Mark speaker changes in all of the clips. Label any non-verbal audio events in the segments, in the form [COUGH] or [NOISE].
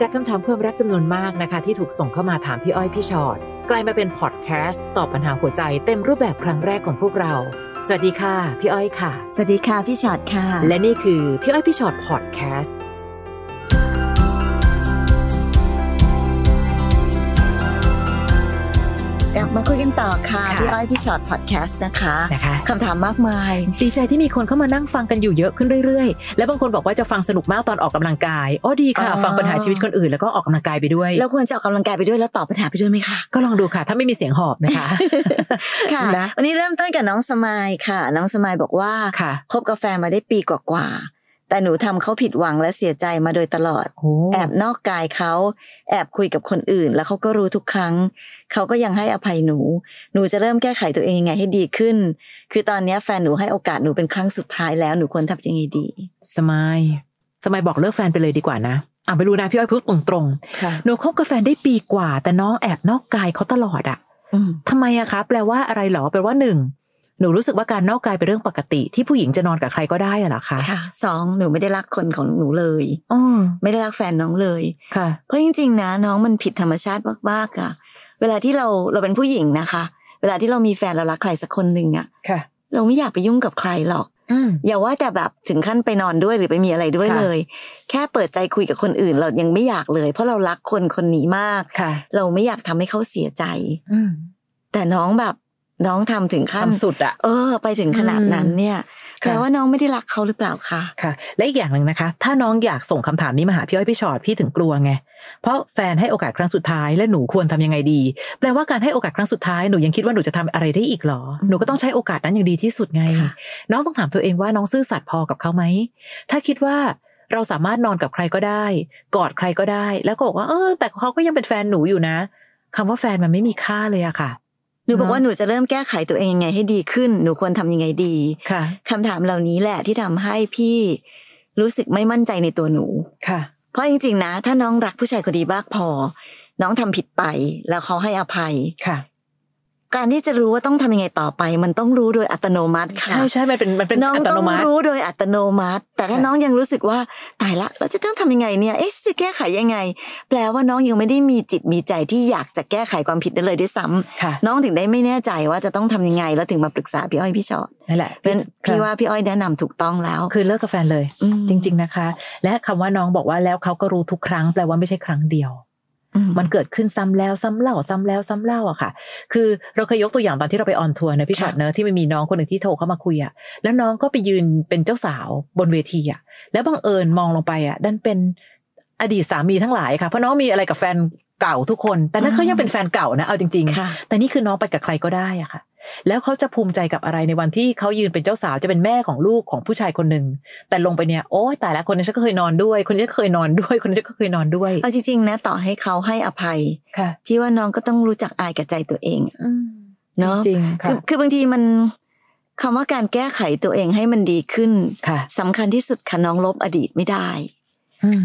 Speaker 1: จากคำถามความรักจำนวนมากนะคะ ที่ถูกส่งเข้ามาถามพี่อ้อยพี่ชอ็อตกลายมาเป็นพอดแคสต์ตอบปัญหาหัวใจเต็มรูปแบบครั้งแรกของพวกเรา สวัสดีค่ะ พี่อ้อยค่ะ
Speaker 2: สวัสดีค่ะ พี่ชอตค่ะ
Speaker 1: และนี่คือพี่อ้อยพี่ชอ็อตพอดแคสต์
Speaker 2: กลับมาคุยกันต่อค่ะ
Speaker 3: ค่ะ
Speaker 2: พี่อ้อยพี่ชอตพอดแคสต์นะคะ
Speaker 1: นะคะ
Speaker 2: คำถามมากมาย
Speaker 3: ดีใจที่มีคนเข้ามานั่งฟังกันอยู่เยอะขึ้นเรื่อยๆ และบางคนบอกว่าจะฟังสนุกมากตอนออกกำลังกายอ๋อดีค่ะ
Speaker 2: อ๋อ
Speaker 3: ฟังปัญหาชีวิตคนอื่นแล้วก็ออกกำลังกายไปด้วย
Speaker 2: เราควรจะออกกำลังกายไปด้วยแล้วตอบปัญหาไปด้วยไหมคะ
Speaker 3: ก็ลองดูค่ะ ถ้าไม่มีเสียงหอบนะคะ
Speaker 2: ค่ะ
Speaker 3: นะ
Speaker 2: วันนี้เริ่มต้นกับน้องสมายค่ะ น้องสมายบอกว่า
Speaker 3: [LAUGHS] ค่ะ
Speaker 2: คบกาแฟนมาได้ปีกว่าๆแต่หนูทำเขาผิดหวังและเสียใจมาโดยตลอด
Speaker 3: โอ้
Speaker 2: แอบนอกกายเขาแอบคุยกับคนอื่น แล้วเขาก็รู้ทุกครั้ง เขาก็ยังให้อภัยหนู หนูจะเริ่มแก้ไขตัวเองยังไงให้ดีขึ้น คือตอนเนี้ยแฟนหนูให้โอกาสหนูเป็นครั้งสุดท้ายแล้วหนูควรทำยังไงดี
Speaker 3: สมายสมายบอกเลิกแฟนไปเลยดีกว่านะอ่ะไม่รู้นะพี่อ้อยพูดตรง
Speaker 2: ค่ะ
Speaker 3: ๆหนูคบกับแฟนได้ปีกว่า แต่น้องแอบนอกกายเขาตลอดอะ
Speaker 2: อืม
Speaker 3: ทำไมอะคะแปลว่าอะไรหรอแปลว่าหนึ่งหนูรู้สึกว่าการนอกกายเป็นเรื่องปกติ ที่ผู้หญิงจะนอนกับใครก็ได้อะเหรอคะ
Speaker 2: ค่ะสองหนูไม่ได้รักคนของหนูเลย
Speaker 3: อ๋อ
Speaker 2: ไม่ได้รักแฟนน้องเลย
Speaker 3: ค่ะ
Speaker 2: เพราะจริงๆนะน้องมันผิดธรรมชาติมากๆอะเวลาที่เราเราเป็นผู้หญิงนะคะ เวลาที่เรามีแฟนเรารักใครสักคนหนึ่งอะ
Speaker 3: ค่ะ
Speaker 2: เราไม่อยากไปยุ่งกับใครหรอก
Speaker 3: อืม
Speaker 2: อย่าว่าแต่แบบถึงขั้นไปนอนด้วยหรือไปมีอะไรด้วย
Speaker 3: ค่ะ
Speaker 2: เลย แค่เปิดใจคุยกับคนอื่น เรายังไม่อยากเลย เพราะเรารักคนคนนี้มาก
Speaker 3: ค่ะ
Speaker 2: เราไม่อยากทำให้เขาเสียใจ
Speaker 3: อืม
Speaker 2: แต่น้องแบบน้องทำถึงขั้น
Speaker 3: ทำสุดอะ
Speaker 2: เออ ไปถึงขนาดนั้นเนี่ย
Speaker 3: ค่ะ
Speaker 2: แปลว่าน้องไม่ได้รักเขาหรือเปล่าคะ
Speaker 3: ค่ะ และอีกอย่างหนึ่งนะคะ ถ้าน้องอยากส่งคำถามนี้มาหาพี่อ้อยพี่ชอดพี่ถึงกลัวไงเพราะแฟนให้โอกาสครั้งสุดท้ายและหนูควรทำยังไงดี แปลว่าการให้โอกาสครั้งสุดท้ายหนูยังคิดว่าหนูจะทำอะไรได้อีกเหรอหนูก็ต้องใช้โอกาสนั้นอย่างดีที่สุดไง
Speaker 2: ค่ะ
Speaker 3: น้องต้องถามตัวเองว่าน้องซื่อสัตย์พอกับเขาไหม ถ้าคิดว่าเราสามารถนอนกับใครก็ได้ กอดใครก็ได้ แล้วก็บอกว่าเออ แต่เขาก็ยังเป็นแฟนหนูอยู่นะคำว่าแฟนมันไม่มีค่าเลยอะค่ะ
Speaker 2: หนูบอก
Speaker 3: เนอะ
Speaker 2: ว่าหนูจะเริ่มแก้ไขตัวเองยังไงให้ดีขึ้น หนูควรทำยังไงดี
Speaker 3: ค่ะ
Speaker 2: คำถามเหล่านี้แหละที่ทำให้พี่รู้สึกไม่มั่นใจในตัวหนู
Speaker 3: ค่ะ
Speaker 2: เพราะจริงๆนะ ถ้าน้องรักผู้ชายคนดีมากพอ น้องทำผิดไปแล้วเขาให้อภัย
Speaker 3: ค่ะ
Speaker 2: การที่จะรู้ว่าต้องทำยังไงต่อไป มันต้องรู้โดยอัตโนมัติค่ะ
Speaker 3: ใช่ใช่มันเป็นมันเป็น
Speaker 2: น้อง
Speaker 3: อัต
Speaker 2: ต้
Speaker 3: โน
Speaker 2: อง
Speaker 3: มัติ
Speaker 2: รู้โดยอัตโนมัติ แต่ถ้า
Speaker 3: ค่ะ
Speaker 2: น้องยังรู้สึกว่าตายละเราจะต้องทำยังไงเนี่ยเอ๊ะจะแก้ไขยังไง แปลว่าน้องยังไม่ได้มีจิตมีใจที่อยากจะแก้ไขความผิดนั้นเลยด้วยซ้ำ
Speaker 3: ค่ะ
Speaker 2: น้องถึงได้ไม่แน่ใจว่าจะต้องทำยังไง แล้วถึงมาปรึกษาพี่อ้อยพี่ชอต
Speaker 3: นั่นแหละ
Speaker 2: เป็นพี่ว่า
Speaker 3: ค่ะ
Speaker 2: พี่อ้อยแนะนำถูกต้องแล้ว
Speaker 3: คือเลิกกับแฟนเลย
Speaker 2: ม
Speaker 3: จริง ๆนะคะ และคำว่าน้องบอกว่าแล้วเขาก็รู้ทุกครั้งแปลว่าไม่ใช่ครั้งเดียว
Speaker 2: อื
Speaker 3: มันเกิดขึ้นซ้ำแล้วซ้ำเล่าซ้ำแล้วซ้ำเล่าอะค่ะ คือเราเคยยกตัวอย่างตอนที่เราไปออนทัวร์นะพี่ช็อตเนอะที่มันมีน้องคนหนึ่งที่โทรเข้ามาคุยอะแล้วน้องก็ไปยืนเป็นเจ้าสาวบนเวทีอะแล้วบังเอิญมองลงไปอะดันเป็นอดีตสามีทั้งหลายค่ะ เพราะน้องมีอะไรกับแฟนเก่าทุกคน แต่นั่นเขายังเป็นแฟนเก่านะเอาจริง ๆ
Speaker 2: ค่ะ
Speaker 3: แต่นี่คือน้องไปกับใครก็ได้อะค่ะ แล้วเขาจะภูมิใจกับอะไรในวันที่เขายืนเป็นเจ้าสาวจะเป็นแม่ของลูกของผู้ชายคนหนึ่ง แต่ลงไปเนี่ยโอ้ยตายแล้วคนนี้ฉันก็เคยนอนด้วย คนนี้ก็เคยนอนด้วย คนนี้ก็เคยนอนด้วย
Speaker 2: เอาจริงๆนะต่อให้เขาให้อภัย
Speaker 3: ค่ะ
Speaker 2: พี่ว่าน้องก็ต้องรู้จักอายกับใจตัวเองอะเนาะ
Speaker 3: จริงๆค่ะ
Speaker 2: อคือบางทีมันคำว่าการแก้ไขตัวเองให้มันดีขึ้น
Speaker 3: ค่ะ
Speaker 2: สำคัญที่สุดค่ะน้องลบอดีตไม่ได้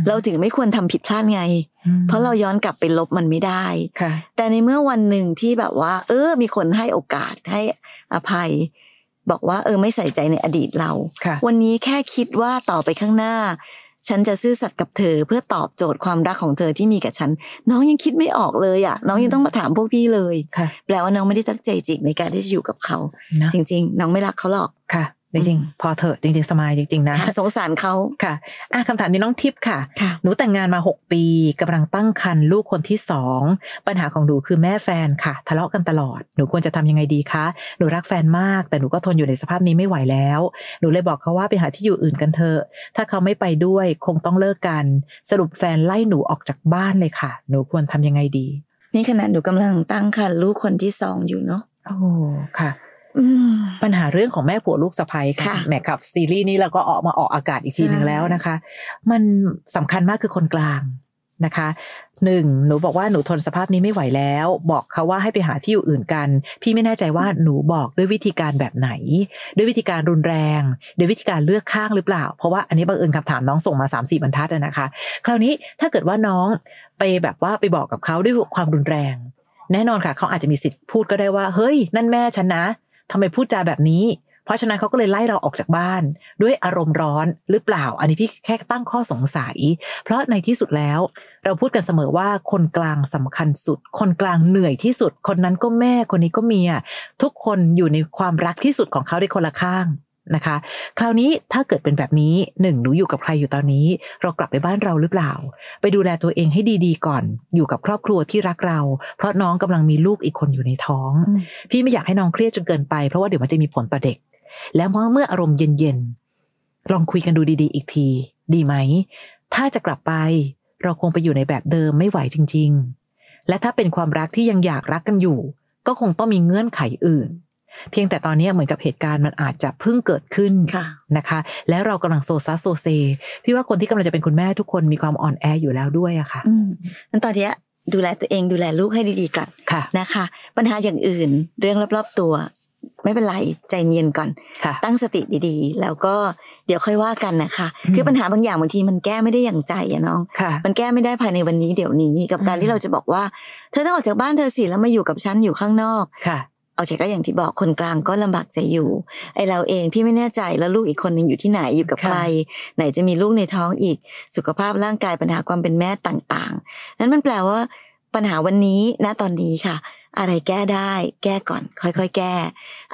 Speaker 2: เราถึงไม่ควรทำผิดพลาดไง
Speaker 3: อืม
Speaker 2: เพราะเราย้อนกลับไปลบมันไม่ได้
Speaker 3: ค่ะ
Speaker 2: แต่ในเมื่อวันหนึ่งที่แบบว่า เออ มีคนให้โอกาสให้อภัย บอกว่าเออไม่ใส่ใจในอดีตเรา
Speaker 3: ค่ะ
Speaker 2: วันนี้แค่คิดว่าต่อไปข้างหน้า ฉันจะซื่อสัตย์กับเธอเพื่อตอบโจทย์ความรักของเธอที่มีกับฉัน น้องยังคิดไม่ออกเลยอ่ะ น้องยังต้องมาถามพวกพี่เลย
Speaker 3: ค่ะ
Speaker 2: แปลว่าน้องไม่ได้ตั้งใจจริงในการที่จะอยู่กับเขา
Speaker 3: นะ
Speaker 2: จริง ๆ น้องไม่รักเขาหรอก
Speaker 3: ค่ะ จริงๆ พอเถอะจริง ๆ สมายจริง ๆ นะ
Speaker 2: ค่ะสงสารเขา
Speaker 3: ค่ะอ่ะคำถามนี้น้องทิพย์ค่ะ
Speaker 2: ค่ะ
Speaker 3: หนูแต่งงานมา 6 ปีกำลังตั้งครรภ์ลูกคนที่สองปัญหาของหนูคือแม่แฟนค่ะ ทะเลาะกันตลอด หนูควรจะทำยังไงดีคะ หนูรักแฟนมาก แต่หนูก็ทนอยู่ในสภาพนี้ไม่ไหวแล้ว หนูเลยบอกเขาว่าไปหาที่อยู่อื่นกันเถอะ ถ้าเขาไม่ไปด้วยคงต้องเลิกกัน สรุปแฟนไล่หนูออกจากบ้านเลยค่ะ หนูควรทำยังไงดี
Speaker 2: นี่ขณะหนูกำลังตั้งครรภ์ลูกคนที่สองอยู่เนาะ
Speaker 3: โอ้ค่ะ
Speaker 2: อืม
Speaker 3: ปัญหาเรื่องของแม่ผัวลูกสะใภ้ค่ะ
Speaker 2: ค่ะ
Speaker 3: แหมกับซีรีส์นี้เราก็ออกมาออกอากาศอีกทีหนึ่ง
Speaker 2: ใช่
Speaker 3: แล้วนะคะ มันสำคัญมากคือคนกลางนะคะหนึ่งหนูบอกว่าหนูทนสภาพนี้ไม่ไหวแล้ว บอกเขาว่าให้ไปหาที่อยู่อื่นกัน พี่ไม่แน่ใจว่าหนูบอกด้วยวิธีการแบบไหน ด้วยวิธีการรุนแรงด้วยวิธีการเลือกข้างหรือเปล่า เพราะว่าอันนี้บังเอิญคำถามน้องส่งมา3ามสี่บรรทัดอะนะคะ คราวนี้ถ้าเกิดว่าน้องไปแบบว่าไปบอกกับเขาด้วยความรุนแรง แน่นอนค่ะ เขาอาจจะมีสิทธิ์พูดก็ได้ว่า เฮ้ย นั่นแม่ฉันนะทำไมพูดจาแบบนี้ เพราะฉะนั้นเขาก็เลยไล่เราออกจากบ้าน ด้วยอารมณ์ร้อนหรือเปล่า อันนี้พี่แค่ตั้งข้อสงสัย เพราะในที่สุดแล้ว เราพูดกันเสมอว่าคนกลางสำคัญสุด คนกลางเหนื่อยที่สุด คนนั้นก็แม่คนนี้ก็เมียทุกคนอยู่ในความรักที่สุดของเขาในคนละข้างนะคะ คราวนี้ถ้าเกิดเป็นแบบนี้หนึ่งหนูอยู่กับใครอยู่ตอนนี้ เรากลับไปบ้านเราหรือเปล่า ไปดูแลตัวเองให้ดีๆก่อน อยู่กับครอบครัวที่รักเรา เพราะน้องกำลังมีลูกอีกคนอยู่ในท้อง
Speaker 2: อืม
Speaker 3: พี่ไม่อยากให้น้องเครียดจนเกินไปเพราะว่าเดี๋ยวมันจะมีผลต่อเด็ก แล้วเมื่อเมื่ออารมณ์เย็นๆลองคุยกันดูดีๆ อีกที ดีไหม ถ้าจะกลับไป เราคงไปอยู่ในแบบเดิมไม่ไหวจริง ๆ และถ้าเป็นความรักที่ยังอยากรักกันอยู่ ก็คงต้องมีเงื่อนไขอื่น เพียงแต่ตอนนี้เหมือนกับเหตุการณ์มันอาจจะเพิ่งเกิดขึ้น
Speaker 2: ค่ะ
Speaker 3: นะคะแล้วเรากำลังโซซัสโซเซ พี่ว่าคนที่กำลังจะเป็นคุณแม่ทุกคนมีความอ่อนแออยู่แล้วด้วยอะค่ะ
Speaker 2: อืมงั้นตอนเนี้ยดูแลตัวเองดูแลลูกให้ดีๆก่อน
Speaker 3: ค่ะ
Speaker 2: นะคะ ปัญหาอย่างอื่น เรื่องรอบๆตัว ไม่เป็นไรใจเย็นก่อน
Speaker 3: ค่ะ
Speaker 2: ตั้งสติดีๆ แล้วก็เดี๋ยวค่อยว่ากันนะคะ
Speaker 3: อืม
Speaker 2: คือปัญหาบางอย่างบางทีมันแก้ไม่ได้อย่างใจอะน้อง
Speaker 3: ค่ะ
Speaker 2: มันแก้ไม่ได้ภายในวันนี้เดี๋ยวนี้กับการ
Speaker 3: อืม
Speaker 2: ที่เราจะบอกว่า เธอต้องออกจากบ้านเธอสิแล้วมาอยู่กับฉันอยู่ข้างนอก
Speaker 3: ค่ะ
Speaker 2: โอเคก็อย่างที่บอกคนกลางก็ลำบากใจอยู่ไอเราเองพี่ไม่แน่ใจแล้วลูกอีกคนหนึ่งอยู่ที่ไหนอยู่กับใคร ไหนจะมีลูกในท้องอีก สุขภาพร่างกายปัญหาความเป็นแม่ต่างๆ นั้นมันแปลว่า ปัญหาวันนี้ณตอนนี้ค่ะ อะไรแก้ได้ แก้ก่อน ค่อยๆ แก้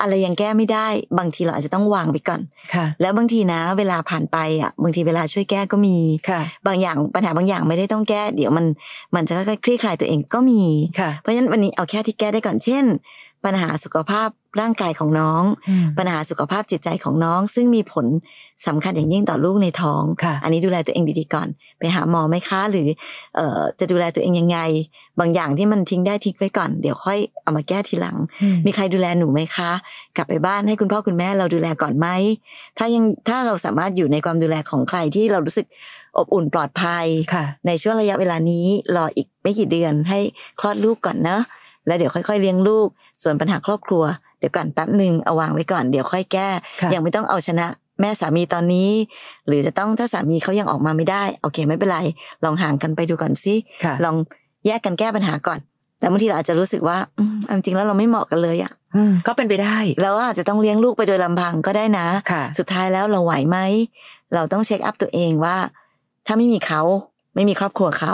Speaker 2: อะไรยังแก้ไม่ได้ บางทีเราอาจจะต้องวางไปก่อน
Speaker 3: ค่ะ
Speaker 2: แล้วบางทีนะ เวลาผ่านไปอ่ะบางทีเวลาช่วยแก้ก็มี
Speaker 3: ค่ะ
Speaker 2: บางอย่างปัญหาบางอย่างไม่ได้ต้องแก้ เดี๋ยวมันมันจะค่อยๆคลี่คลายตัวเองก็มี
Speaker 3: ค่ะ
Speaker 2: เพราะฉะนั้นวันนี้เอาแค่ที่แก้ได้ก่อนเช่น ปัญหาสุขภาพร่างกายของน้อง
Speaker 3: อืม
Speaker 2: ปัญหาสุขภาพจิตใจของน้อง ซึ่งมีผลสำคัญอย่างยิ่งต่อลูกในท้อง
Speaker 3: ค่ะ
Speaker 2: อันนี้ดูแลตัวเองดีๆก่อน ไปหาหมอไหมคะ หรือเอ่อจะดูแลตัวเองยังไง บางอย่างที่มันทิ้งได้ทิ้งไว้ก่อน เดี๋ยวค่อยเอามาแก้ทีหลัง
Speaker 3: อืม
Speaker 2: มีใครดูแลหนูไหมคะ กลับไปบ้านให้คุณพ่อคุณแม่เราดูแลก่อนไหม ถ้ายังถ้าเราสามารถอยู่ในความดูแลของใครที่เรารู้สึกอบอุ่นปลอดภัย
Speaker 3: ค่ะ
Speaker 2: ในช่วงระยะเวลานี้รออีกไม่กี่เดือนให้คลอดลูกก่อนเนอะแล้วเดี๋ยวค่อยๆเลี้ยงลูก ส่วนปัญหาครอบครัว เดี๋ยวก่อนแป๊บหนึ่งเอาวางไว้ก่อนเดี๋ยวค่อยแก้
Speaker 3: ค่ะ
Speaker 2: ยังไม่ต้องเอาชนะแม่สามีตอนนี้ หรือจะต้องถ้าสามีเขายังออกมาไม่ได้ โอเคไม่เป็นไร ลองห่างกันไปดูก่อนสิ
Speaker 3: ค่ะ
Speaker 2: ลองแยกกันแก้ปัญหาก่อนแล้วบางทีเราอาจจะรู้สึกว่าอืมเอาจริงแล้วเราไม่เหมาะกันเลยอะ
Speaker 3: อืมก็เป็นไปได้
Speaker 2: เราอาจจะต้องเลี้ยงลูกไปโดยลำพังก็ได้นะ
Speaker 3: ค่ะ
Speaker 2: สุดท้ายแล้วเราไหวไหม เราต้องเช็คอัพตัวเองว่า ถ้าไม่มีเขาไม่มีครอบครัวเขา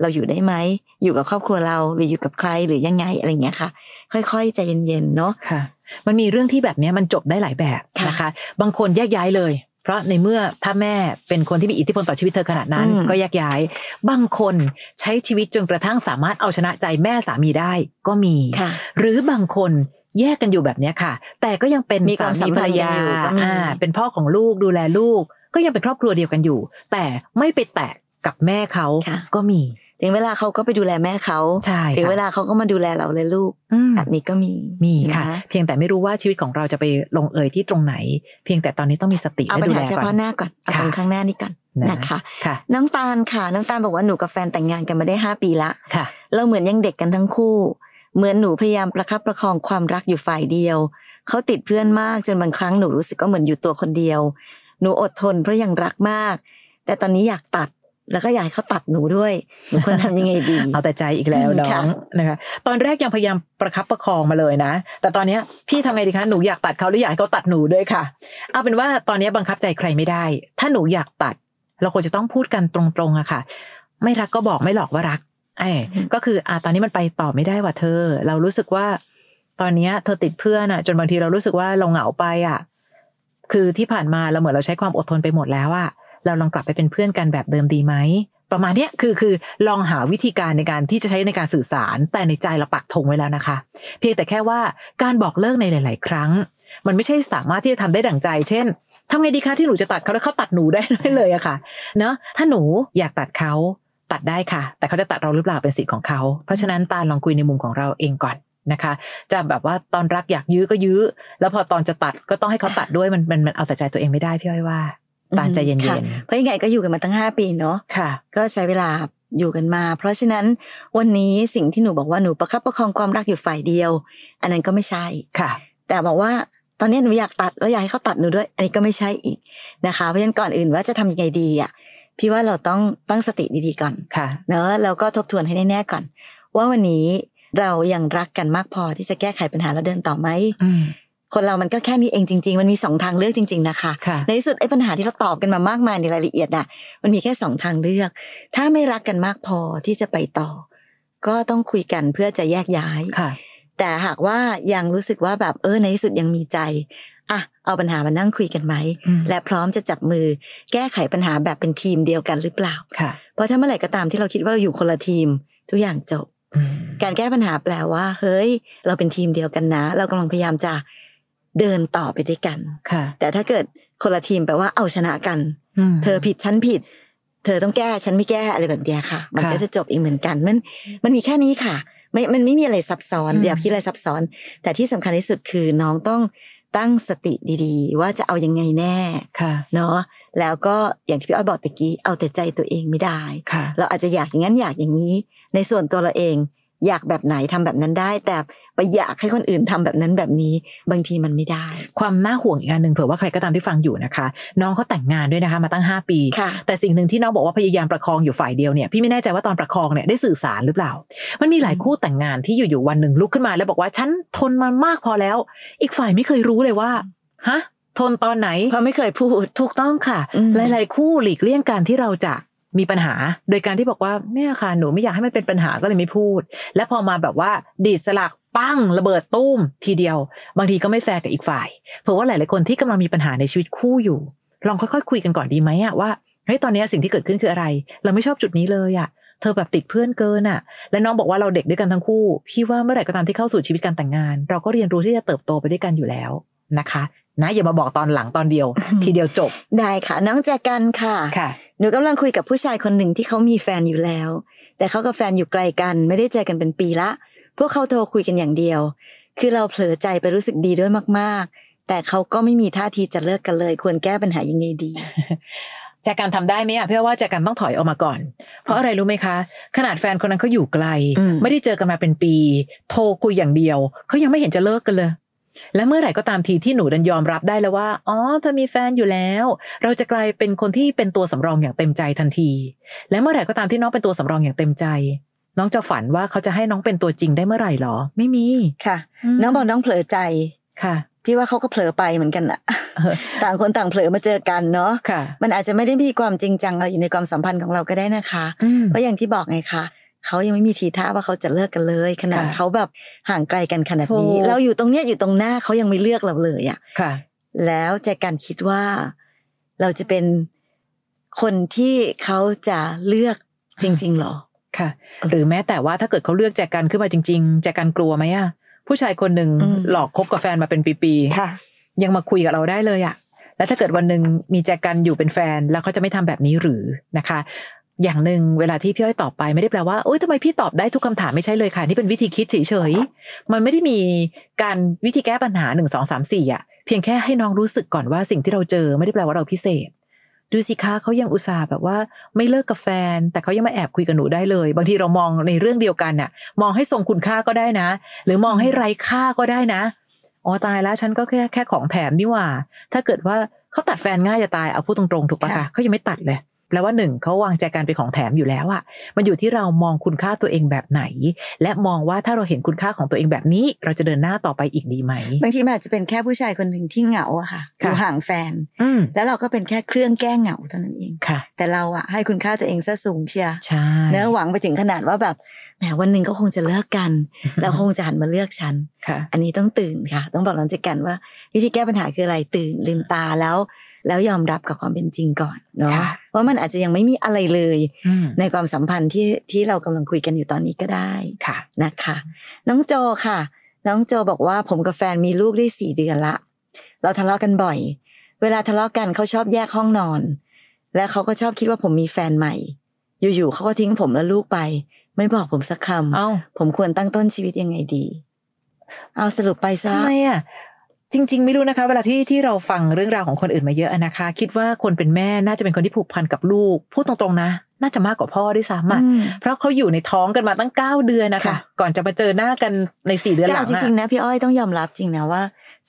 Speaker 2: เราอยู่ได้ไหม อยู่กับครอบครัวเราหรืออยู่กับใครหรือยังไงอะไรอย่างเงี้ยค่ะ ค่อยๆใจเย็นๆเนาะ
Speaker 3: ค่ะ มันมีเรื่องที่แบบเนี้ยมันจบได้หลายแบบ
Speaker 2: ค่ะ
Speaker 3: นะคะ บางคนแยกย้ายเลย เพราะในเมื่อถ้าแม่เป็นคนที่มีอิทธิพลต่อชีวิตเธอขนาดนั้น
Speaker 2: อืม
Speaker 3: ก็แยกย้าย บางคนใช้ชีวิตจนกระทั่งสามารถเอาชนะใจแม่สามีได้ก็มี
Speaker 2: ค่ะ
Speaker 3: หรือบางคนแยกกันอยู่แบบเนี้ยค่ะ แต่ก็ยังเป็น
Speaker 2: มีความสัมพันธ์กันอยู่ก็มี
Speaker 3: อ่าเป็นพ่อของลูกดูแลลูก ก็ยังเป็นครอบครัวเดียวกันอยู่ แต่ไม่ไปแตะกับแม่เขา
Speaker 2: ค่ะ
Speaker 3: ก็มี
Speaker 2: ถึงเวลาเขาก็ไปดูแลแม่เขา
Speaker 3: ใช่
Speaker 2: ถึงเว
Speaker 3: ค่ะ
Speaker 2: ลาเขาก็มาดูแลเราเลยลูก
Speaker 3: อืม
Speaker 2: แบบนี้ก็มี
Speaker 3: มีค่ะ
Speaker 2: น
Speaker 3: เพียงแต่ไม่รู้ว่าชีวิตของเราจะไปลงเอยที่ตรงไหน เพียงแต่ตอนนี้ต้องมีสติ
Speaker 2: เอา
Speaker 3: และ
Speaker 2: ปัญ
Speaker 3: ดู
Speaker 2: หา
Speaker 3: แล
Speaker 2: เฉ
Speaker 3: ก่อ
Speaker 2: พาะ
Speaker 3: น
Speaker 2: หน้าก่อนเอา
Speaker 3: ค่ะ
Speaker 2: ตรงข้างหน้านี่ก่อน
Speaker 3: นะ
Speaker 2: นะคะ
Speaker 3: ค่ะ
Speaker 2: น้องตาลค่ะ น้องตาลบอกว่าหนูกับแฟนแต่งงานกันมาได้ห้าปีละ
Speaker 3: ค่ะ
Speaker 2: เราเหมือนยังเด็กกันทั้งคู่ เหมือนหนูพยายามประคับประคองความรักอยู่ฝ่ายเดียว เขาติดเพื่อนมากจนบางครั้งหนูรู้สึกก็เหมือนอยู่ตัวคนเดียว หนูอดทนเพราะยังรักมาก แต่ตอนนี้อยากตัด แล้วก็อยากให้เขาตัดหนูด้วย หนูควรทำยังไงดี
Speaker 3: [LAUGHS] เอาแต่ใจอีกแล้ว
Speaker 2: อืม
Speaker 3: น้อ
Speaker 2: ค่ะ
Speaker 3: งนะคะ ตอนแรกยังพยายามประคับประคองมาเลยนะ แต่ตอนเนี้ยพี่ทำไงดีคะหนูอยากตัดเขาหรืออยากให้เขาตัดหนูด้วยค่ะ เอาเป็นว่าตอนเนี้ยบังคับใจใครไม่ได้ ถ้าหนูอยากตัด เราควรจะต้องพูดกันตรงๆอะค่ะ ไม่รักก็บอกไม่หลอกว่ารักเอ้ย
Speaker 2: อืม
Speaker 3: ก็คืออ่ะตอนนี้มันไปต่อไม่ได้ว่ะเธอ เรารู้สึกว่า ตอนเนี้ยเธอติดเพื่อนอะจนบางทีเรารู้สึกว่าเราเหงาไปอะคือที่ผ่านมาเราเหมือนเราใช้ความอดทนไปหมดแล้วอะ เราลองกลับไปเป็นเพื่อนกันแบบเดิมดีไหม ประมาณเนี้ยคือคือลองหาวิธีการในการที่จะใช้ในการสื่อสาร แต่ในใจเราปักธงไว้แล้วนะคะ เพียงแต่แค่ว่าการบอกเลิกในหลาย ๆ ครั้ง มันไม่ใช่สามารถที่จะทำได้ดั่งใจ เช่นทำไงดีคะที่หนูจะตัดเขาแล้วเขาตัดหนูได้ด้วยเลยอะค่ะ เนอะถ้าหนูอยากตัดเขาตัดได้ค่ะ แต่เขาจะตัดเราหรือเปล่าเป็นสิทธิ์ของเขา เพราะฉะนั้นตาลลองคุยในมุมของเราเองก่อนนะคะ จะแบบว่าตอนรักอยากยื้อก็ยื้อ แล้วพอตอนจะตัดก็ต้องให้เขาตัดด้วยมันมันมันเอาแต่ใจตัวเองไม่ได้พี่อ้อยว่าตาลใจเย็
Speaker 2: ค่ะ
Speaker 3: นๆ
Speaker 2: เพราะยังไงก็อยู่กันมาตั้งห้าปีเนาะ
Speaker 3: ค่ะ
Speaker 2: ก็ใช้เวลาอยู่กันมา เพราะฉะนั้นวันนี้สิ่งที่หนูบอกว่าหนูประคับประคองความรักอยู่ฝ่ายเดียว อันนั้นก็ไม่ใช่
Speaker 3: ค่ะ
Speaker 2: แต่บอกว่าตอนนี้หนูอยากตัดแล้วอยากให้เขาตัดหนูด้วย อันนี้ก็ไม่ใช่อีกนะคะ เพราะฉะนั้นก่อนอื่นว่าจะทำยังไงดีอ่ะพี่ว่าเราต้องตั้งสติดีๆก่อน
Speaker 3: ค่ะ
Speaker 2: เนอะแล้วก็ทบทวนให้แน่ๆก่อน ว่าวันนี้เรายังรักกันมากพอที่จะแก้ไขปัญหาแล้วเดินต่อไหม
Speaker 3: อืม
Speaker 2: คนเรามันก็แค่นี้เองจริง ๆ มันมีสองทางเลือกจริง ๆนะคะ
Speaker 3: ค่ะ
Speaker 2: ในที่สุดไอ้ปัญหาที่เราตอบกันมามากมายในรายละเอียดน่ะ มันมีแค่สองทางเลือก ถ้าไม่รักกันมากพอที่จะไปต่อ ก็ต้องคุยกันเพื่อจะแยกย้าย
Speaker 3: ค่ะ
Speaker 2: แต่หากว่ายังรู้สึกว่าแบบเออในที่สุดยังมีใจอ่ะเอาปัญหามานั่งคุยกันไหม
Speaker 3: อืม
Speaker 2: และพร้อมจะจับมือแก้ไขปัญหาแบบเป็นทีมเดียวกันหรือเปล่า
Speaker 3: ค่ะ
Speaker 2: เพราะถ้าเมื่อไหร่ก็ตามที่เราคิดว่าเราอยู่คนละทีม ทุกอย่างจบ
Speaker 3: อืม
Speaker 2: การแก้ปัญหาแปลว่า เฮ้ย เราเป็นทีมเดียวกันนะ เรากำลังพยายามจะเดินต่อไปด้วยกัน
Speaker 3: ค่ะ
Speaker 2: แต่ถ้าเกิดคนละทีมแปลว่าเอาชนะกัน
Speaker 3: ม
Speaker 2: เธอผิดฉันผิด เธอต้องแก้ฉันไม่แก้อะไรแบบเนี้ยค่ะ มัน
Speaker 3: ค่ะ
Speaker 2: ก็จะจบอีกเหมือนกัน มันมันมีแค่นี้ค่ะ ไม่มันไม่มีอะไรซับซ้อน
Speaker 3: อืม
Speaker 2: อย่าคิดอะไรซับซ้อน แต่ที่สำคัญที่สุดคือน้องต้องตั้งสติดีๆ ว่าจะเอายังไงแน่
Speaker 3: ค่ะ
Speaker 2: เนาะแล้วก็อย่างที่พี่อ้อยบอกตะกี้เอาแต่ใจตัวเองไม่ได้
Speaker 3: ค่ะ
Speaker 2: เราอาจจะอยากอย่างนั้นอยากอย่างนี้ ในส่วนตัวเราเอง อยากแบบไหนทำแบบนั้นได้ แต่ไปอยากให้คนอื่นทำแบบนั้นแบบนี้ บางทีมันไม่ได้
Speaker 3: ความน่าห่วงอีกอันหนึ่งเผื่อว่าใครก็ตามที่ฟังอยู่นะคะ น้องเขาแต่งงานด้วยนะคะ มาตั้ง 5 ปี
Speaker 2: ค่ะ
Speaker 3: แต่สิ่งหนึ่งที่น้องบอกว่าพยายามประคองอยู่ฝ่ายเดียวเนี่ยพี่ไม่แน่ใจว่าตอนประคองเนี่ยได้สื่อสารหรือเปล่า มันมีหลายคู่แต่งงานที่อยู่ๆวันหนึ่งลุกขึ้นมาแล้วบอกว่าฉันทนมามากพอแล้ว อีกฝ่ายไม่เคยรู้เลยว่าฮะทนตอนไหน
Speaker 2: เพราะไม่เคยพูด
Speaker 3: ถูกต้องค่ะ
Speaker 2: อืม
Speaker 3: หลาย ๆ คู่หลีกเลี่ยงการที่เราจะมีปัญหา โดยการที่บอกว่าแม่ค่ะหนูไม่อยากให้มันเป็นปัญหาก็เลยไม่พูด และพอมาแบบว่าดีดสลักปั้งระเบิดตุ้ม ทีเดียว บางทีก็ไม่แฟร์กับอีกฝ่าย เพราะว่าหลาย ๆ คนที่กำลังมีปัญหาในชีวิตคู่อยู่ ลองค่อย ๆ คุยกันก่อนดีไหมอะว่าเฮ้ยตอนเนี้ยสิ่งที่เกิดขึ้นคืออะไร เราไม่ชอบจุดนี้เลยอะเธอแบบติดเพื่อนเกินอะและน้องบอกว่าเราเด็กด้วยกันทั้งคู่พี่ว่าเมื่อไหร่ก็ตามที่เข้าสู่ชีวิตการแต่งงาน เราก็เรียนรู้ที่จะเติบโตไปด้วยกันอยู่แล้วนะคะ นะอย่ามาบอกตอนหลังตอน [LAUGHS] เดียว ทีเดียวจบ
Speaker 2: ได้ค่ะ น้องแจกันค่ะ
Speaker 3: ค่ะ
Speaker 2: หนูกำลังคุยกับผู้ชายคนหนึ่งที่เขามีแฟนอยู่แล้ว แต่เขากับแฟนอยู่ไกลกันไม่ได้เจอกันเป็นปีละ พวกเขาโทรคุยกันอย่างเดียว คือเราเผลอใจไปรู้สึกดีด้วยมากๆ แต่เขาก็ไม่มีท่าทีจะเลิกกันเลย ควรแก้ปัญหายังไงดี
Speaker 3: แจกันทำได้ไหมอ่ะเพื่อว่าแจกันต้องถอยออกมาก่อน เพราะอะไรรู้ไหมคะ ขนาดแฟนคนนั้นเขาอยู่ไกล
Speaker 2: อืม
Speaker 3: ไม่ได้เจอกันมาเป็นปี โทรคุยอย่างเดียวเขายังไม่เห็นจะเลิกกันเลย และเมื่อไหร่ก็ตามทีที่หนูดันยอมรับได้แล้วว่าอ๋อเธอมีแฟนอยู่แล้ว เราจะกลายเป็นคนที่เป็นตัวสำรองอย่างเต็มใจทันที และเมื่อไหร่ก็ตามที่น้องเป็นตัวสำรองอย่างเต็มใจ น้องจะฝันว่าเขาจะให้น้องเป็นตัวจริงได้เมื่อไหร่หรอ ไม่มี
Speaker 2: ค่ะ น้องบอกน้องเผลอใจ
Speaker 3: ค่ะ
Speaker 2: พี่ว่าเขาก็เผลอไปเหมือนกันอะ [LAUGHS]
Speaker 3: เออ
Speaker 2: ต่างคนต่างเผลอมาเจอกันเนาะ
Speaker 3: ค่ะ
Speaker 2: มันอาจจะไม่ได้มีความจริงจังอะไรอยู่ในความสัมพันธ์ของเราก็ได้นะคะ
Speaker 3: อืม
Speaker 2: เพราะอย่างที่บอกไงคะเขายังไม่มีทีท่าว่าเขาจะเลิกกันเลย ขนาด
Speaker 3: ค่ะ
Speaker 2: เขาแบบห่างไกลกันขนาดนี้
Speaker 3: ถูก
Speaker 2: เราอยู่ตรงเนี้ยอยู่ตรงหน้าเขายังไม่เลือกเราเลยอะ
Speaker 3: ค่ะ
Speaker 2: แล้วแจกันคิดว่า เราจะเป็นคนที่เขาจะเลือกจริงๆหรอ
Speaker 3: ค่ะ หรือแม้แต่ว่าถ้าเกิดเขาเลือกแจกันขึ้นมาจริง ๆ แจกันกลัวไหมอะผู้ชายคนหนึ่ง
Speaker 2: อืม
Speaker 3: หลอกคบกับแฟนมาเป็นปี
Speaker 2: ค่ะ
Speaker 3: ๆยังมาคุยกับเราได้เลยอะแล้วถ้าเกิดวันหนึ่งมีแจกันอยู่เป็นแฟนแล้วเขาจะไม่ทำแบบนี้หรือนะคะ อย่างหนึ่งเวลาที่พี่อ้อยตอบไปไม่ได้แปลว่าโอ๊ยทำไมพี่ตอบได้ทุกคำถามไม่ใช่เลยค่ะนี่เป็นวิธีคิดเฉยๆมันไม่ได้มีการวิธีแก้ปัญหาหนึ่งสองสามสี่อะเพียงแค่ให้น้องรู้สึกก่อนว่าสิ่งที่เราเจอไม่ได้แปลว่าเราพิเศษ ดูสิคะเขายังอุตส่าห์แบบว่าไม่เลิกกับแฟน แต่เขายังมาแอบคุยกับหนูได้เลย บางทีเรามองในเรื่องเดียวกันน่ะ มองให้ทรงคุณค่าก็ได้นะ หรือมองให้ไร้ค่าก็ได้นะอ๋อตายแล้วฉันก็แค่แค่ของแถมนี่หว่า ถ้าเกิดว่าเขาตัดแฟนง่ายจะตายเอาพูดตรงๆถูกปะคะ
Speaker 2: ค่ะ
Speaker 3: เขายังไม่ตัดเลยแปล้วว่าหนึ่งเขาวางใจการเป็นของแถมอยู่แล้วอะมันอยู่ที่เรามองคุณค่าตัวเองแบบไหน และมองว่าถ้าเราเห็นคุณค่าของตัวเองแบบนี้ เราจะเดินหน้าต่อไปอีกดีไหม
Speaker 2: บางทีมันอาจจะเป็นแค่ผู้ชายคนหนึ่งที่เหงาอะค่ะอยู่
Speaker 3: ค่ะ
Speaker 2: ห่างแฟน
Speaker 3: อืม
Speaker 2: แล้วเราก็เป็นแค่เครื่องแก้เหงาเท่านั้นเอง
Speaker 3: ค่ะ
Speaker 2: แต่เราอะให้คุณค่าตัวเองซะสูงเชียร์
Speaker 3: ใช่
Speaker 2: เนื้อะหวังไปถึงขนาดว่าแบบแหมวันหนึ่งก็คงจะเลิกกัน แล้วคงจะหันมาเลือกฉัน
Speaker 3: ค่ะ
Speaker 2: อันนี้ต้องตื่นค่ะ ต้องบอกน้องเจกันว่า วิธีแก้ปัญหาคืออะไรตื่นลืมตาแล้ว แล้วยอมรับกับความเป็นจริงก่อนเนาะ
Speaker 3: ค่ะ
Speaker 2: ว่ามันอาจจะยังไม่มีอะไรเลย
Speaker 3: อืม
Speaker 2: ในความสัมพันธ์ที่ที่เรากำลังคุยกันอยู่ตอนนี้ก็ได้
Speaker 3: ค่ะ
Speaker 2: นะคะ น้องโจค่ะ น้องโจบอกว่าผมกับแฟนมีลูกได้สี่เดือนละ เราทะเลาะกันบ่อย เวลาทะเลาะกันเขาชอบแยกห้องนอน และเขาก็ชอบคิดว่าผมมีแฟนใหม่ อยู่ๆเขาก็ทิ้งผมและลูกไป ไม่บอกผมสักคำ
Speaker 3: เอ้า
Speaker 2: ผมควรตั้งต้นชีวิตยังไงดี เอาสรุปไปซะ
Speaker 3: ทำไมอ่ะจริง ๆ ไม่รู้นะคะ เวลาที่ที่เราฟังเรื่องราวของคนอื่นมาเยอะอะนะคะ คิดว่าคนเป็นแม่น่าจะเป็นคนที่ผูกพันกับลูกพูดตรงๆนะ น่าจะมากกว่าพ่อด้วยซ้ำอะเพราะเขาอยู่ในท้องกันมาตั้งเก้าเดือนนะคะ
Speaker 2: ค่ะ
Speaker 3: ก่อนจะมาเจอหน้ากันในสี่เดือน
Speaker 2: แต่
Speaker 3: หลั
Speaker 2: เอา
Speaker 3: ง
Speaker 2: จริง
Speaker 3: อะ
Speaker 2: ๆนะพี่อ้อยต้องยอมรับจริงนะว่า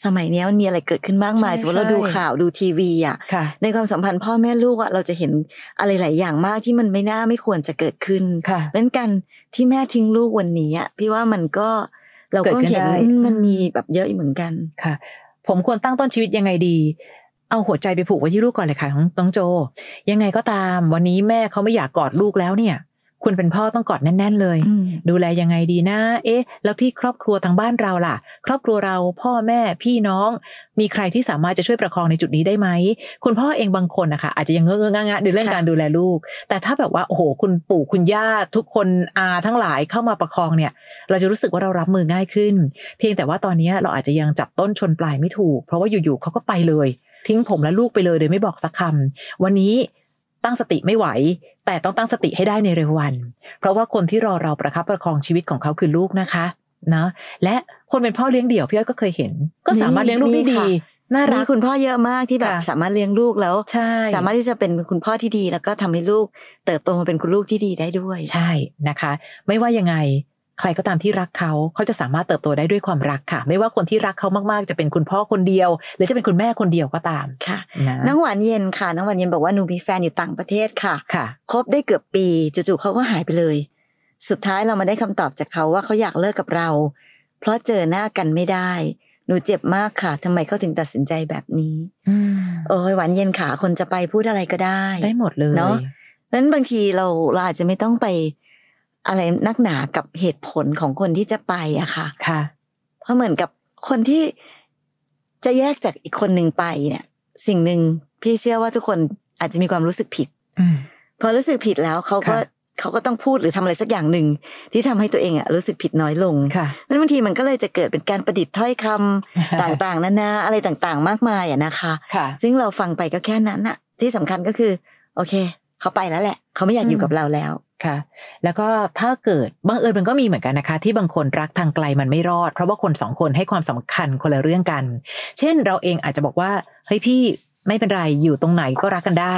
Speaker 2: สมัยเนี้ยมันมีอะไรเกิดขึ้นมากมาย
Speaker 3: ใช่
Speaker 2: สมมติเราดู
Speaker 3: ใช่
Speaker 2: ข่าวดูทีวีอ่ะ
Speaker 3: ค่ะ
Speaker 2: ในความสัมพันธ์พ่อแม่ลูกอ่ะเราจะเห็นอะไรหลายอย่างมากที่มันไม่น่าไม่ควรจะเกิดขึ้น
Speaker 3: ค่ะ
Speaker 2: เพราะฉะนั้นการที่แม่ทิ้งลูกวันนี้อ่ะพี่ว่ามันก็เราก็เห็น
Speaker 3: เกิดขึ้นได้
Speaker 2: มันมีแบบเยอะอยู่เหมือนกัน
Speaker 3: ผมควรตั้งต้นชีวิตยังไงดี เอาหัวใจไปผูกไว้ที่ลูกก่อนเลยค่ะของน้องโจ ยังไงก็ตาม วันนี้แม่เขาไม่อยากกอดลูกแล้วเนี่ย คุณเป็นพ่อต้องกอดแน่น ๆ เลย
Speaker 2: อืม
Speaker 3: ดูแลยังไงดีนะ เอ๊ะ แล้วที่ครอบครัวทางบ้านเราล่ะ ครอบครัวเราพ่อแม่พี่น้อง มีใครที่สามารถจะช่วยประคองในจุดนี้ได้ไหม คุณพ่อเองบางคนนะคะอาจจะยังเงอะเงอะงะงะในเรื่องการดูแลลูก แต่ถ้าแบบว่าโอ้โหคุณปู่คุณย่าทุกคนอาทั้งหลายเข้ามาประคองเนี่ย เราจะรู้สึกว่าเรารับมือง่ายขึ้น เพียงแต่ว่าตอนนี้เราอาจจะยังจับต้นชนปลายไม่ถูก เพราะว่าอยู่ๆเขาก็ไปเลย ทิ้งผมและลูกไปเลยโดยไม่บอกสักคำวันนี้ตั้งสติไม่ไหว แต่ต้องตั้งสติให้ได้ในเร็ววัน เพราะว่าคนที่รอเราประคับประคองชีวิตของเขาคือลูกนะคะเนาะและคนเป็นพ่อเลี้ยงเดี่ยวพี่อ้อยก็เคยเห็น ก็สามารถเลี้ยงลูกได้ดี น่ารั
Speaker 2: มี
Speaker 3: ก
Speaker 2: คุณพ่อเยอะมากที่แบบ
Speaker 3: ค่ะ
Speaker 2: สามารถเลี้ยงลูกแล้ว
Speaker 3: ใช่
Speaker 2: สามารถที่จะเป็นคุณพ่อที่ดีแล้วก็ทำให้ลูก เติบโตมาเป็นคุณลูกที่ดีได้ด้วย
Speaker 3: ใช่นะคะ ไม่ว่ายังไง ใครก็ตามที่รักเขาเขาจะสามารถเติบโตได้ด้วยความรักค่ะ ไม่ว่าคนที่รักเขามากๆ จะเป็นคุณพ่อคนเดียว หรือจะเป็นคุณแม่คนเดียวก็ตาม
Speaker 2: ค่ะ
Speaker 3: นะ
Speaker 2: น้องหวานเย็นค่ะน้องหวานเย็นบอกว่าหนูมีแฟนอยู่ต่างประเทศค่ะ
Speaker 3: ค่ะ
Speaker 2: คบได้เกือบปีจู่ๆเขาก็หายไปเลย สุดท้ายเรามาได้คำตอบจากเขาว่าเขาอยากเลิกกับเรา เพราะเจอหน้ากันไม่ได้ หนูเจ็บมากค่ะทำไมเขาถึงตัดสินใจแบบนี้
Speaker 3: อืม
Speaker 2: โอ้ยหวานเย็นค่ะคนจะไปพูดอะไรก็ได้
Speaker 3: ได้หมดเลย
Speaker 2: เนอะ นั้นบางทีเราเราอาจจะไม่ต้องไป อะไรนักหนากับเหตุผลของคนที่จะไปอะค่ะ
Speaker 3: ค่ะ
Speaker 2: เพราะเหมือนกับคนที่จะแยกจากอีกคนหนึ่งไปเนี่ย สิ่งหนึ่งพี่เชื่อว่าทุกคนอาจจะมีความรู้สึกผิด
Speaker 3: อืม
Speaker 2: พอรู้สึกผิดแล้วเขาก็
Speaker 3: ค่ะ
Speaker 2: เขาก็ต้องพูดหรือทำอะไรสักอย่างหนึ่งที่ทำให้ตัวเองอะรู้สึกผิดน้อยลง
Speaker 3: ค่ะ
Speaker 2: นั้นบางทีมันก็เลยจะเกิดเป็นการประดิษฐ์ถ้อยคำต่างๆนานาอะไรต่างๆ มากมายอะนะคะ
Speaker 3: ค่ะ
Speaker 2: ซึ่งเราฟังไปก็แค่นั้นอะที่สำคัญก็คือ โอเค เขาไปแล้วแหละ เขาไม่อยากอยู่กับเราแล้ว
Speaker 3: ค่ะ แล้วก็ถ้าเกิดบังเอิญมันก็มีเหมือนกันนะคะ ที่บางคนรักทางไกลมันไม่รอด เพราะว่าคนสองคนให้ความสำคัญคนละเรื่องกัน เช่นเราเองอาจจะบอกว่าเฮ้ยพี่ไม่เป็นไรอยู่ตรงไหนก็รักกันได้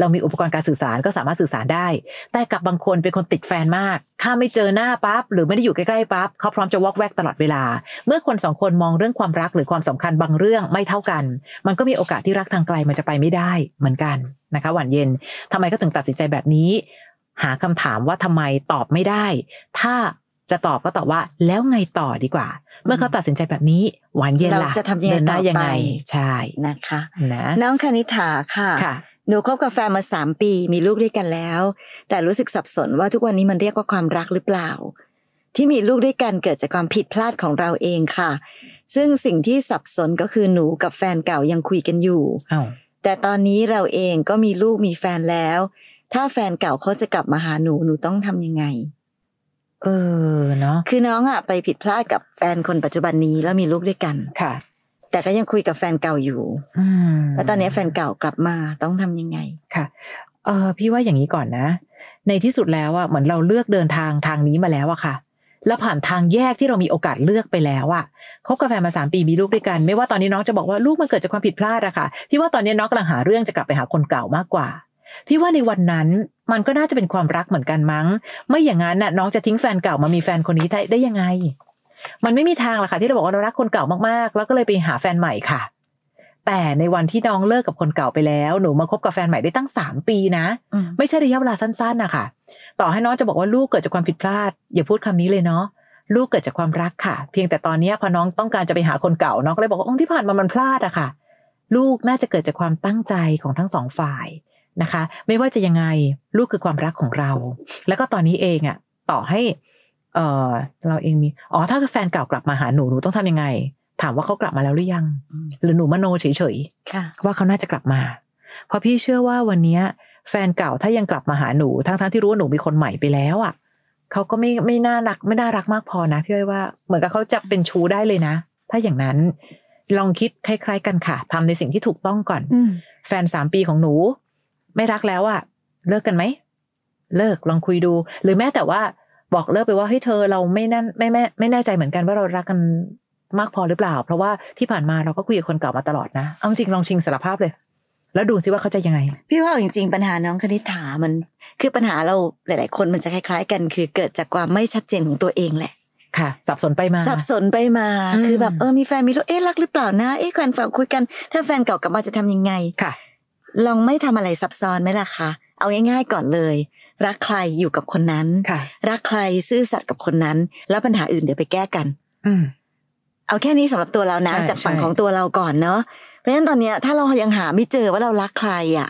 Speaker 3: เรามีอุปกรณ์การสื่อสารก็สามารถสื่อสารได้ แต่กับบางคนเป็นคนติดแฟนมาก ถ้าไม่เจอหน้าปั๊บหรือไม่ได้อยู่ใกล้ๆปั๊บเขาพร้อมจะวอกแวกตลอดเวลา เมื่อคนสองคนมองเรื่องความรักหรือความสำคัญบางเรื่องไม่เท่ากัน มันก็มีโอกาสที่รักทางไกลมันจะไปไม่ได้เหมือนกันนะคะ หวานเย็นทำไมก็ถึงตัดสินใจแบบนี้ หาคำถามว่าทำไมตอบไม่ได้ ถ้าจะตอบก็ตอบว่าแล้วไงต่อดีกว่า เมื่อเขาตัดสินใจแบบนี้ หวานเย็นล่ะ
Speaker 2: เราจะทำยังไง
Speaker 3: เดินหน้า
Speaker 2: ต่อไป
Speaker 3: ยังไงใช่
Speaker 2: นะคะ
Speaker 3: นะ
Speaker 2: น้องคณิ t าค่ะ
Speaker 3: ค่ะ
Speaker 2: หนูคบกับแฟนมาสามปี มีลูกด้วยกันแล้ว แต่รู้สึกสับสนว่าทุกวันนี้มันเรียกว่าความรักหรือเปล่า ที่มีลูกด้วยกันเกิดจากความผิดพลาดของเราเองค่ะ ซึ่งสิ่งที่สับสนก็คือหนูกับแฟนเก่ายังคุยกันอยู่
Speaker 3: เอ้า
Speaker 2: แต่ตอนนี้เราเองก็มีลูกมีแฟนแล้ว ถ้าแฟนเก่าเขาจะกลับมาหาหนูหนูต้องทำยังไง
Speaker 3: เออเนาะ
Speaker 2: คือน้องอะไปผิดพลาดกับแฟนคนปัจจุบันนี้แล้วมีลูกด้วยกัน
Speaker 3: ค่ะ
Speaker 2: แต่ก็ยังคุยกับแฟนเก่าอยู่
Speaker 3: อืม
Speaker 2: แล้วตอนนี้แฟนเก่ากลับมาต้องทำยังไง
Speaker 3: ค่ะ เออพี่ว่าอย่างนี้ก่อนนะ ในที่สุดแล้วอ่ะเหมือนเราเลือกเดินทางทางนี้มาแล้วอะค่ะ แล้วผ่านทางแยกที่เรามีโอกาสเลือกไปแล้วอะคบกาแฟนมาสามปีมีลูกด้วยกัน ไม่ว่าตอนนี้น้องจะบอกว่าลูกมันเกิดจากความผิดพลาดอะค่ะ พี่ว่าตอนนี้น้องกำลังหาเรื่องจะกลับไปหาคนเก่ามากกว่า พี่ว่าในวันนั้นมันก็น่าจะเป็นความรักเหมือนกันมั้ง ไม่อย่างนั้นน่ะน้องจะทิ้งแฟนเก่ามามีแฟนคนนี้ได้ได้ยังไง มันไม่มีทางหรอกค่ะที่เราบอกว่าเรารักคนเก่ามากๆ แล้วก็เลยไปหาแฟนใหม่ค่ะ แต่ในวันที่น้องเลิกกับคนเก่าไปแล้ว หนูมาคบกับแฟนใหม่ได้ตั้งสามปีนะ
Speaker 2: อืม
Speaker 3: ไม่ใช่ระยะเวลาสั้นๆนะคะต่อให้น้องจะบอกว่าลูกเกิดจากความผิดพลาด อย่าพูดคำนี้เลยเนาะลูกเกิดจากความรักค่ะ เพียงแต่ตอนเนี้ยพอน้องต้องการจะไปหาคนเก่าน้องก็เลยบอกว่าองที่ผ่านมามันพลาดอะค่ะ ลูกน่าจะเกิดจากความตั้งใจของทั้งสองฝ่ายนะคะ ไม่ว่าจะยังไงลูกคือความรักของเรา แล้วก็ตอนนี้เองอะต่อให้ เออเราเองมีอ๋อถ้าแฟนเก่ากลับมาหาหนูหนูต้องทำยังไง ถามว่าเขากลับมาแล้วหรือยัง
Speaker 2: อืม
Speaker 3: หรือหนูมโนเฉยๆ
Speaker 2: ค่ะ
Speaker 3: ว่าเขาน่าจะกลับมา เพราะพี่เชื่อว่าวันเนี้ย แฟนเก่าถ้ายังกลับมาหาหนู ทั้งๆที่รู้ว่าหนูมีคนใหม่ไปแล้วอ่ะเขาก็ไม่ไม่น่ารักไม่น่ารักมากพอนะพี่อ้อยว่าเหมือนกับเขาจะเป็นชู้ได้เลยนะ ถ้าอย่างนั้น ลองคิดคล้าย ๆ กันค่ะทำในสิ่งที่ถูกต้องก่อน
Speaker 2: อืม
Speaker 3: แฟนสามปีของหนู ไม่รักแล้วอะเลิกกันไหม เลิกลองคุยดู หรือแม้แต่ว่าบอกเลิกไปว่าเฮ้ยเธอเราไม่นั่นไม่แม่ไม่แน่ใจเหมือนกันว่าเรารักกันมากพอหรือเปล่า เพราะว่าที่ผ่านมาเราก็คุยกับคนเก่ามาตลอดนะเอาจริงลองชิงสารภาพเลย แล้วดูซิว่าเขาจะยังไง
Speaker 2: พี่ว่าเอาจริงๆปัญหาน้องคณิษฐามัน คือปัญหาเราหลาย ๆ คนมันจะคล้าย ๆ กัน คือเกิดจากความไม่ชัดเจนของตัวเองแหละ
Speaker 3: ค่ะ สับสนไปมา
Speaker 2: สับสนไปมา
Speaker 3: อืม
Speaker 2: คือแบบเออมีแฟนมีลูกเอ๊ะรักหรือเปล่านะ เอ๊ะแฟนเก่าคุยกัน ถ้าแฟนเก่ากลับมาจะทำยังไง
Speaker 3: ค่ะ
Speaker 2: ลองไม่ทำอะไรซับซ้อนไหมล่ะคะเอาง่ายๆก่อนเลย รักใครอยู่กับคนนั้น
Speaker 3: ค่ะ
Speaker 2: รักใครซื่อสัตย์กับคนนั้น แล้วปัญหาอื่นเดี๋ยวไปแก้กัน
Speaker 3: อืม
Speaker 2: เอาแค่นี้สำหรับตัวเรานะ
Speaker 3: ใช่
Speaker 2: จากฝั่ง
Speaker 3: ใช่
Speaker 2: ของตัวเราก่อนเนอะเพราะฉะนั้นตอนเนี้ยถ้าเรายังหาไม่เจอว่าเรารักใครอ่ะ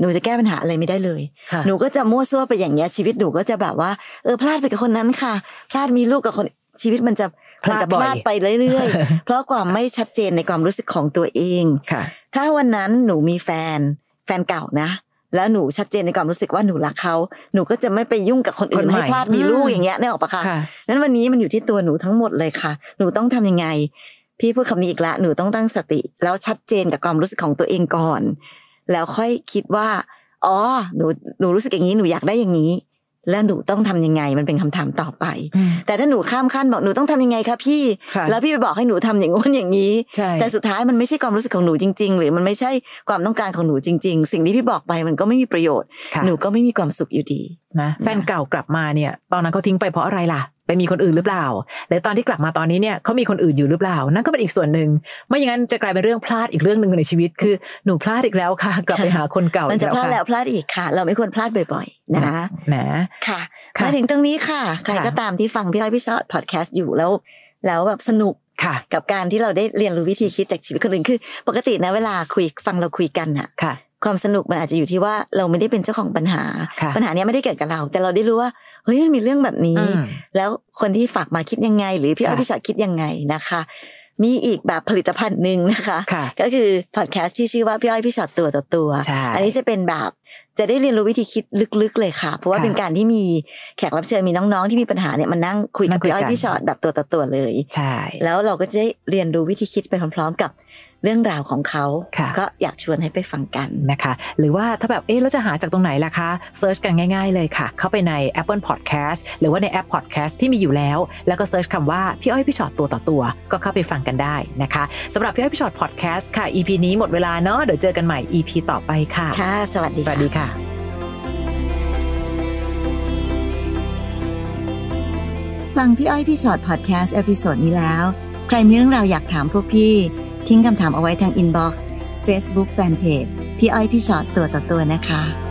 Speaker 2: หนูจะแก้ปัญหาอะไรไม่ได้เลย
Speaker 3: ค่ะ
Speaker 2: หนูก็จะมั่วซั่วไปอย่างเงี้ยชีวิตหนูก็จะแบบว่าเออพลาดไปกับคนนั้นค่ะ พลาดมีลูกกับคนชีวิตมันจะ
Speaker 1: พลาด
Speaker 2: มันจะ
Speaker 1: บ่อย
Speaker 2: พลาดไปเรื่อยๆ เพราะความไม่ชัดเจนในความรู้สึกของตัวเอง
Speaker 3: ค่ะ
Speaker 2: ถ้าวันนั้นหนูมีแฟนแฟนเก่านะ แล้วหนูชัดเจนในความรู้สึกว่าหนูรักเขาหนูก็จะไม่ไปยุ่งกับคนอื่
Speaker 3: คน
Speaker 2: น
Speaker 3: ใหม่
Speaker 2: ให้พลาดมีลูกอย่างเงี้ยนึกออกปะคะ
Speaker 3: ค่ะ
Speaker 2: นั้นวันนี้มันอยู่ที่ตัวหนูทั้งหมดเลยค่ะ หนูต้องทำยังไง พี่พูดคำนี้อีกละ หนูต้องตั้งสติ แล้วชัดเจนกับความรู้สึกของตัวเองก่อน แล้วค่อยคิดว่า อ๋อ หนู หนูรู้สึกอย่างนี้ หนูอยากได้อย่างนี้ แล้วหนูต้องทำยังไง มันเป็นคำถามต่อไป แต่ถ้าหนูข้ามขั้นบอกหนูต้องทำยังไงคะพี่
Speaker 3: ค่ะ
Speaker 2: แล้วพี่ไปบอกให้หนูทำอย่างงู้นอย่างนี้
Speaker 3: ใช่
Speaker 2: แต่สุดท้ายมันไม่ใช่ความรู้สึกของหนูจริง ๆ หรือมันไม่ใช่ความต้องการของหนูจริง ๆ สิ่งที่พี่บอกไปมันก็ไม่มีประโยชน์
Speaker 3: ค่ะ
Speaker 2: หนูก็ไม่มีความสุขอยู่ดี
Speaker 3: นะแฟนเก่ากลับมาเนี่ย ตอนนั้นเขาทิ้งไปเพราะอะไรล่ะ ไปมีคนอื่นหรือเปล่าและตอนที่กลับมาตอนนี้เนี่ยเขามีคนอื่นอยู่หรือเปล่า นั่นก็เป็นอีกส่วนหนึ่งไม่อย่างนั้นจะกลายเป็นเรื่องพลาดอีกเรื่องหนึ่งในชีวิต คือหนูพลาดอีกแล้วค่ะ [LAUGHS] กลับไปหาคนเก่า
Speaker 2: มัน
Speaker 3: อีก
Speaker 2: จะ
Speaker 3: แล้ว
Speaker 2: พลาด
Speaker 3: ค่ะ
Speaker 2: แล้วพลาดอีกค่ะ เราไม่ควรพลาดบ่อย ๆ นะ
Speaker 3: นะ
Speaker 2: ค่ะ
Speaker 3: ค่ะ
Speaker 2: มาถึงตรงนี้ค่ะ ใคร
Speaker 3: ค่ะ
Speaker 2: ก็ตามที่ฟังพี่อ้อยพี่ชอตพอดแคสต์อยู่แล้ว แล้วแบบสนุก
Speaker 3: ค่ะ
Speaker 2: กับการที่เราได้เรียนรู้วิธีคิดจากชีวิตคนอื่นคือ ปกตินะเวลาคุยฟังเราคุยกันอะ
Speaker 3: ค่ะ
Speaker 2: ความสนุกมันอาจจะอยู่ที่ว่าเราไม่ได้เป็นเจ้าของปัญหา
Speaker 3: ค่ะ
Speaker 2: ปัญหาเนี้ยไม่ได้เกิดกับเรา แต่เราได้รู้ว่าเฮ้ยมันมีเรื่องแบบนี้
Speaker 3: อืม
Speaker 2: แล้วคนที่ฝากมาคิดยังไง หรือพี่อ้อย
Speaker 3: ค่ะ
Speaker 2: พี่ชอตคิดยังไงนะคะ มีอีกแบบผลิตภัณฑ์หนึ่งนะคะ
Speaker 3: ค่ะ
Speaker 2: ก็คือพอดแคสต์ที่ชื่อว่าพี่อ้อยพี่ชอตตัวต่อตัว
Speaker 3: ใช่
Speaker 2: อันนี้จะเป็นแบบจะได้เรียนรู้วิธีคิดลึกๆเลยค่ะ เพราะว่า
Speaker 3: ค่ะ
Speaker 2: เป็นการที่มีแขกรับเชิญมีน้องๆที่มีปัญหาเนี่ยมานั่งคุย
Speaker 3: นั่
Speaker 2: กับ
Speaker 3: งคุย
Speaker 2: พี่อ้อย
Speaker 3: กัน
Speaker 2: พี่ชอตแบบตัวต่อตัวเลย
Speaker 3: ใช่
Speaker 2: แล้วเราก็จะได้เรียนรู้วิธีคิดไปพร้อมๆกับเรื่องราวของเขา
Speaker 3: ค่ะ
Speaker 2: ก็อยากชวนให้ไปฟังกัน
Speaker 3: นะคะหรือว่าถ้าแบบเอ๊ะเราจะหาจากตรงไหนล่ะคะเซิร์ชกันง่ายๆเลยค่ะ เข้าไปใน Apple Podcast หรือว่าในแอป Podcast ที่มีอยู่แล้ว แล้วก็เซิร์ชคำว่า พี่อ้อยพี่ชอตตัวต่อตัว ก็เข้าไปฟังกันได้นะคะสำหรับพี่อ้อยพี่ชอต Podcast ค่ะ EP นี้หมดเวลาเนาะเดี๋ยวเจอกันใหม่ EP ต่อไปค่ะ
Speaker 2: ค่ะ สวัสดี
Speaker 3: สวั
Speaker 2: ค่ะ
Speaker 3: สดีค่ะ
Speaker 2: ฟังพี่อ้อยพี่ชอตพอดแคสต์เอพิโซดนี้แล้ว ใครมีเรื่องราวอยากถามพวกพี่ ทิ้งคำถามเอาไว้ทางอินบ็อกซ์เฟซบุ๊กแฟนเพจพี่อ้อยพี่ชอตตัวต่อตัวนะคะ